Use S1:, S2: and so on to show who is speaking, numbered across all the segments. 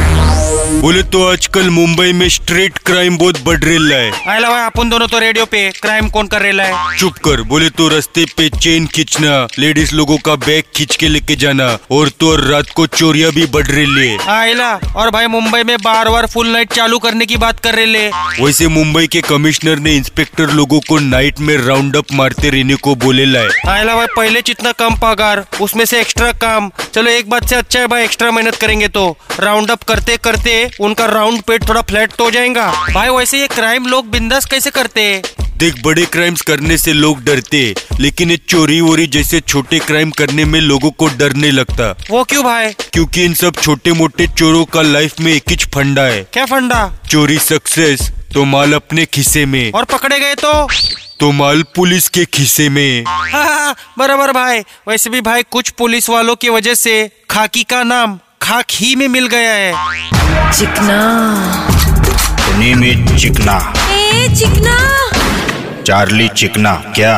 S1: बोले तो आजकल मुंबई में स्ट्रीट क्राइम बहुत बढ़ रहा है
S2: आयला भाई अपन दोनों तो रेडियो पे क्राइम कौन कर रहा है
S1: चुप कर बोले तो रास्ते पे चेन खींचना लेडीज लोगों का बैग खींच के लेके जाना और तो और रात को चोरिया भी बढ़ रही है
S2: आयला और भाई मुंबई में बार बार फुल नाइट चालू करने की बात कर रहे ले
S1: वैसे मुंबई के कमिश्नर ने इंस्पेक्टर लोगों को नाइट में राउंड अप मारते रहने को बोले है
S2: आयला भाई पहले जितना कम पगार उसमें से एक्स्ट्रा काम चलो एक बात से अच्छा है भाई एक्स्ट्रा मेहनत करेंगे तो राउंड अप करते करते उनका राउंड पेट थोड़ा फ्लैट तो हो जाएगा भाई वैसे ये क्राइम लोग बिंदास कैसे करते हैं
S1: देख बड़े क्राइम्स करने से लोग डरते लेकिन ये चोरी वोरी जैसे छोटे क्राइम करने में लोगों को डरने लगता
S2: वो क्यों भाई
S1: क्योंकि इन सब छोटे मोटे चोरों का लाइफ में एक ही फंडा है
S2: क्या फंडा
S1: चोरी सक्सेस तो माल अपने खिसे में
S2: और पकड़े गए तो
S1: तो माल पुलिस के खिसे में
S2: हाँ, बराबर भाई वैसे भी भाई कुछ पुलिस वालों की वजह से खाकी का नाम खाक ही में मिल गया है
S3: चिकना
S4: द नेम इज चिकना
S3: चिकना
S4: चार्ली चिकना क्या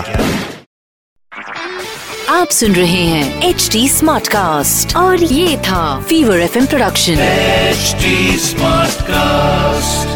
S3: आप सुन रहे हैं एच डी स्मार्ट कास्ट और ये था fever F production
S5: HD Smartcast.